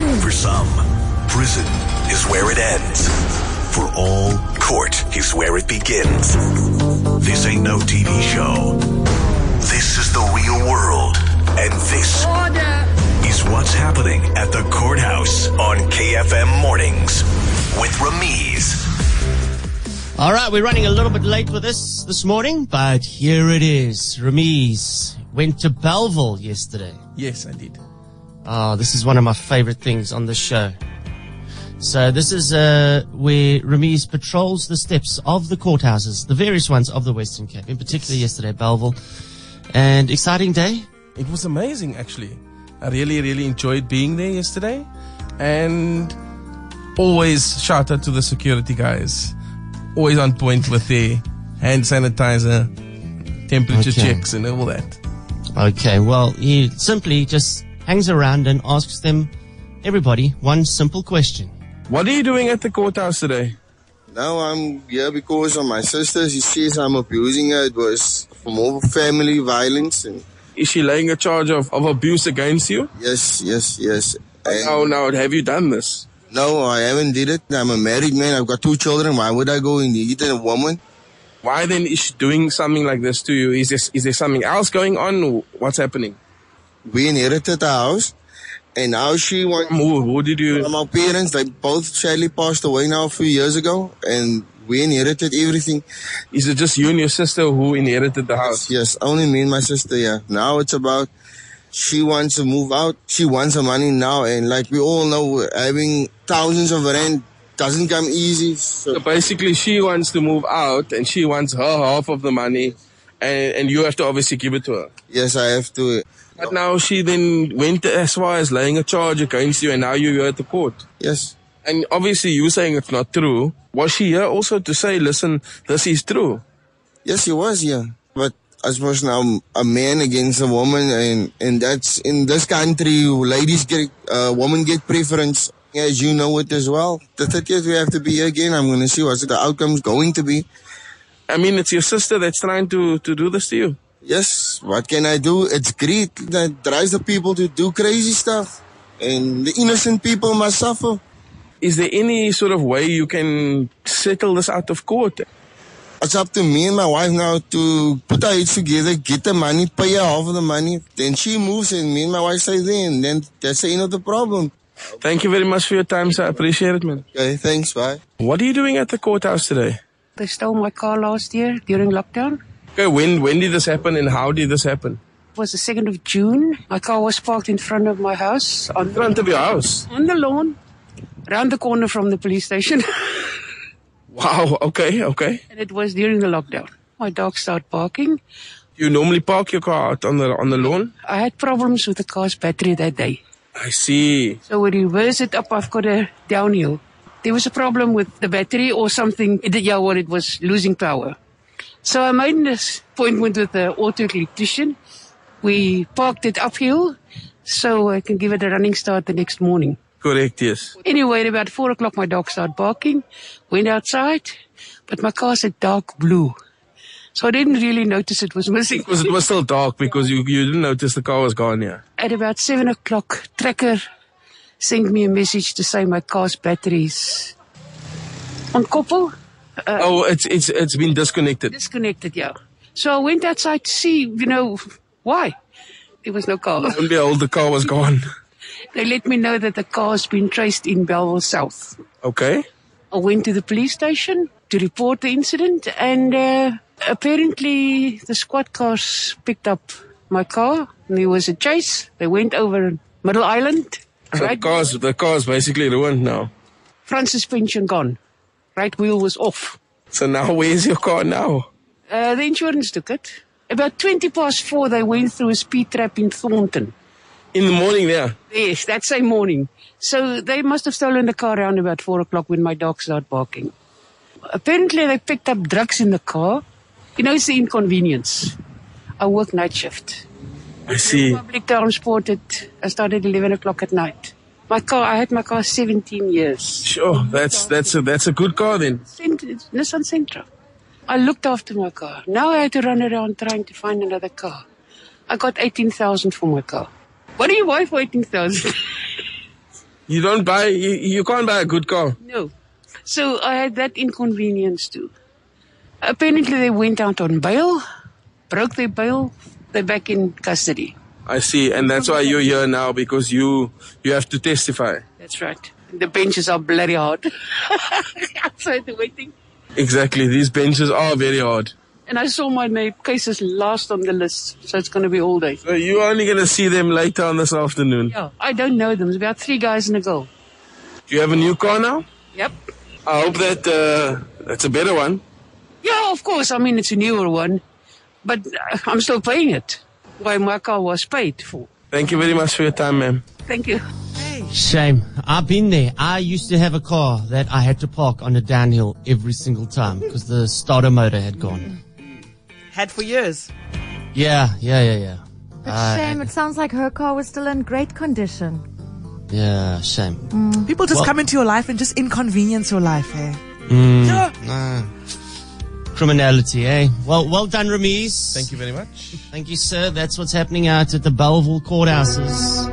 For some, prison is where it ends. For all, court is where it begins. This ain't no TV show. This is the real world. And this is what's happening at the courthouse on KFM Mornings with Ramiz. All right, we're running a little bit late for this this morning, but here it is. Ramiz went to Belleville yesterday. Yes, I did. Ah, this is one of my favorite things on the show. So this is uh, where Ramiz patrols the steps of the courthouses, the various ones of the Western Cape, in particular yesterday, Belleville. And exciting day. It was amazing, actually. I really, really enjoyed being there yesterday. And always shout out to the security guys. Always on point with their hand sanitizer, temperature Okay. checks, and all that. Okay, well, he simply just hangs around and asks them, everybody, one simple question. What are you doing at the courthouse today? Now I'm here because of my sister. She says I'm abusing her. It was from all family violence. And Is she laying a charge of, of abuse against you? yes, yes, yes. And now have you done this? no, I haven't did it. I'm a married man. I've got two children. Why would I go and eat a woman? Why then is she doing something like this to you? Is this is there something else going on? What's happening? We inherited the house. And now she wants Who, who did you? my parents. They both sadly passed away now a few years ago. And we inherited everything. Is it just you and your sister who inherited the house? Yes, only me and my sister, yeah. Now it's about she wants to move out. She wants her money now. And like we all know, having thousands of rent doesn't come easy. So So, basically, she wants to move out and she wants her half of the money, and, and you have to obviously give it to her. yes, I have to. But now she then went as far as laying a charge against you, and now you're at the court. Yes. And obviously, you saying it's not true. Was she here also to say, listen, this is true? Yes, he was, yeah. But I suppose now a man against a woman, and, and that's in this country, ladies get, uh, women get preference. As you know it as well. The 30th, we have to be here again. I'm going to see what the outcome's going to be. I mean, it's your sister that's trying to, to do this to you. Yes, what can I do? It's greed that drives the people to do crazy stuff. And the innocent people must suffer. Is there any sort of way you can settle this out of court? It's up to me and my wife now to put our heads together, get the money, pay her half of the money. Then she moves and me and my wife stay there and then that's the end of the problem. Thank you very much for your time, sir. I appreciate it, man. Okay, thanks, bye. What are you doing at the courthouse today? They stole my car last year during lockdown. Okay, when when did this happen and how did this happen? It was the 2nd of June. My car was parked in front of my house on, In front of your house. on the lawn, round the corner from the police station. Wow. Okay. Okay. and it was during the lockdown. My dog started barking. You normally park your car out on the on the lawn. I had problems with the car's battery that day. I see. So we reverse it up. I've got a downhill. There was a problem with the battery or something. It- Yeah, well, it was losing power. So I made an appointment with the auto electrician. We parked it uphill so I can give it a running start the next morning. Correct. Yes. Anyway, at about four o'clock, my dog started barking. Went outside, but my car's a dark blue. So I didn't really notice it was missing. Because it was still dark because you you didn't notice the car was gone. Yeah. At about seven o'clock, Tracker sent me a message to say my car's batteries ontkoppel, Oh, it's it's it's been disconnected. disconnected, yeah. So I went outside to see, you know, why. There was no car. Don't be old. The car was gone. They let me know that the car's been traced in Bellville South. Okay. I went to the police station to report the incident, and uh, apparently the squad cars picked up my car. And there was a chase. They went over Middle Island. The Right, car's the car's basically ruined now. front suspension gone. Right wheel was off. So now where's your car now? Uh, the insurance took it. About 20 past four, they went through a speed trap in Thornton. In the morning, yeah. Yes, that same morning. So they must have stolen the car around about four o'clock when my dog started barking. Apparently, they picked up drugs in the car. You know, it's the inconvenience. I work night shift. I see. Public transport. At, I started at eleven o'clock at night. My car. I had my car seventeen years. Sure. That's that's a that's a good car then. Cent- Nissan Sentra. I looked after my car. Now I had to run around trying to find another car. I got eighteen thousand for my car. What do you buy for eighteen thousand? You don't buy, you, you can't buy a good car. No. So I had that inconvenience too. Apparently they went out on bail, broke their bail, they're back in custody. I see, and that's why you're here now because you you have to testify. That's right. The benches are bloody hard. Outside the waiting. Exactly, these benches are very hard. And I saw my name cases last on the list, so it's going to be all day. So you're only gonna see them later on this afternoon. Yeah, I don't know them. There's about three guys and a girl. Do you have a new car now? Yep. I hope that uh, that's a better one. Yeah, of course. I mean, it's a newer one, but uh, I'm still paying it. Why my car was paid for. Thank you very much for your time, ma'am. Thank you. Shame. I've been there. I used to have a car that I had to park on a downhill every single time because the starter motor had gone. Had for years. Yeah, yeah, yeah, yeah. But Uh, shame, it sounds like her car was still in great condition. Yeah, shame. People just come into your life and just inconvenience your life, eh? Ah. criminality, eh? Well, well done, Ramiz. Thank you very much. Thank you, sir. That's what's happening out at the Belleville courthouses.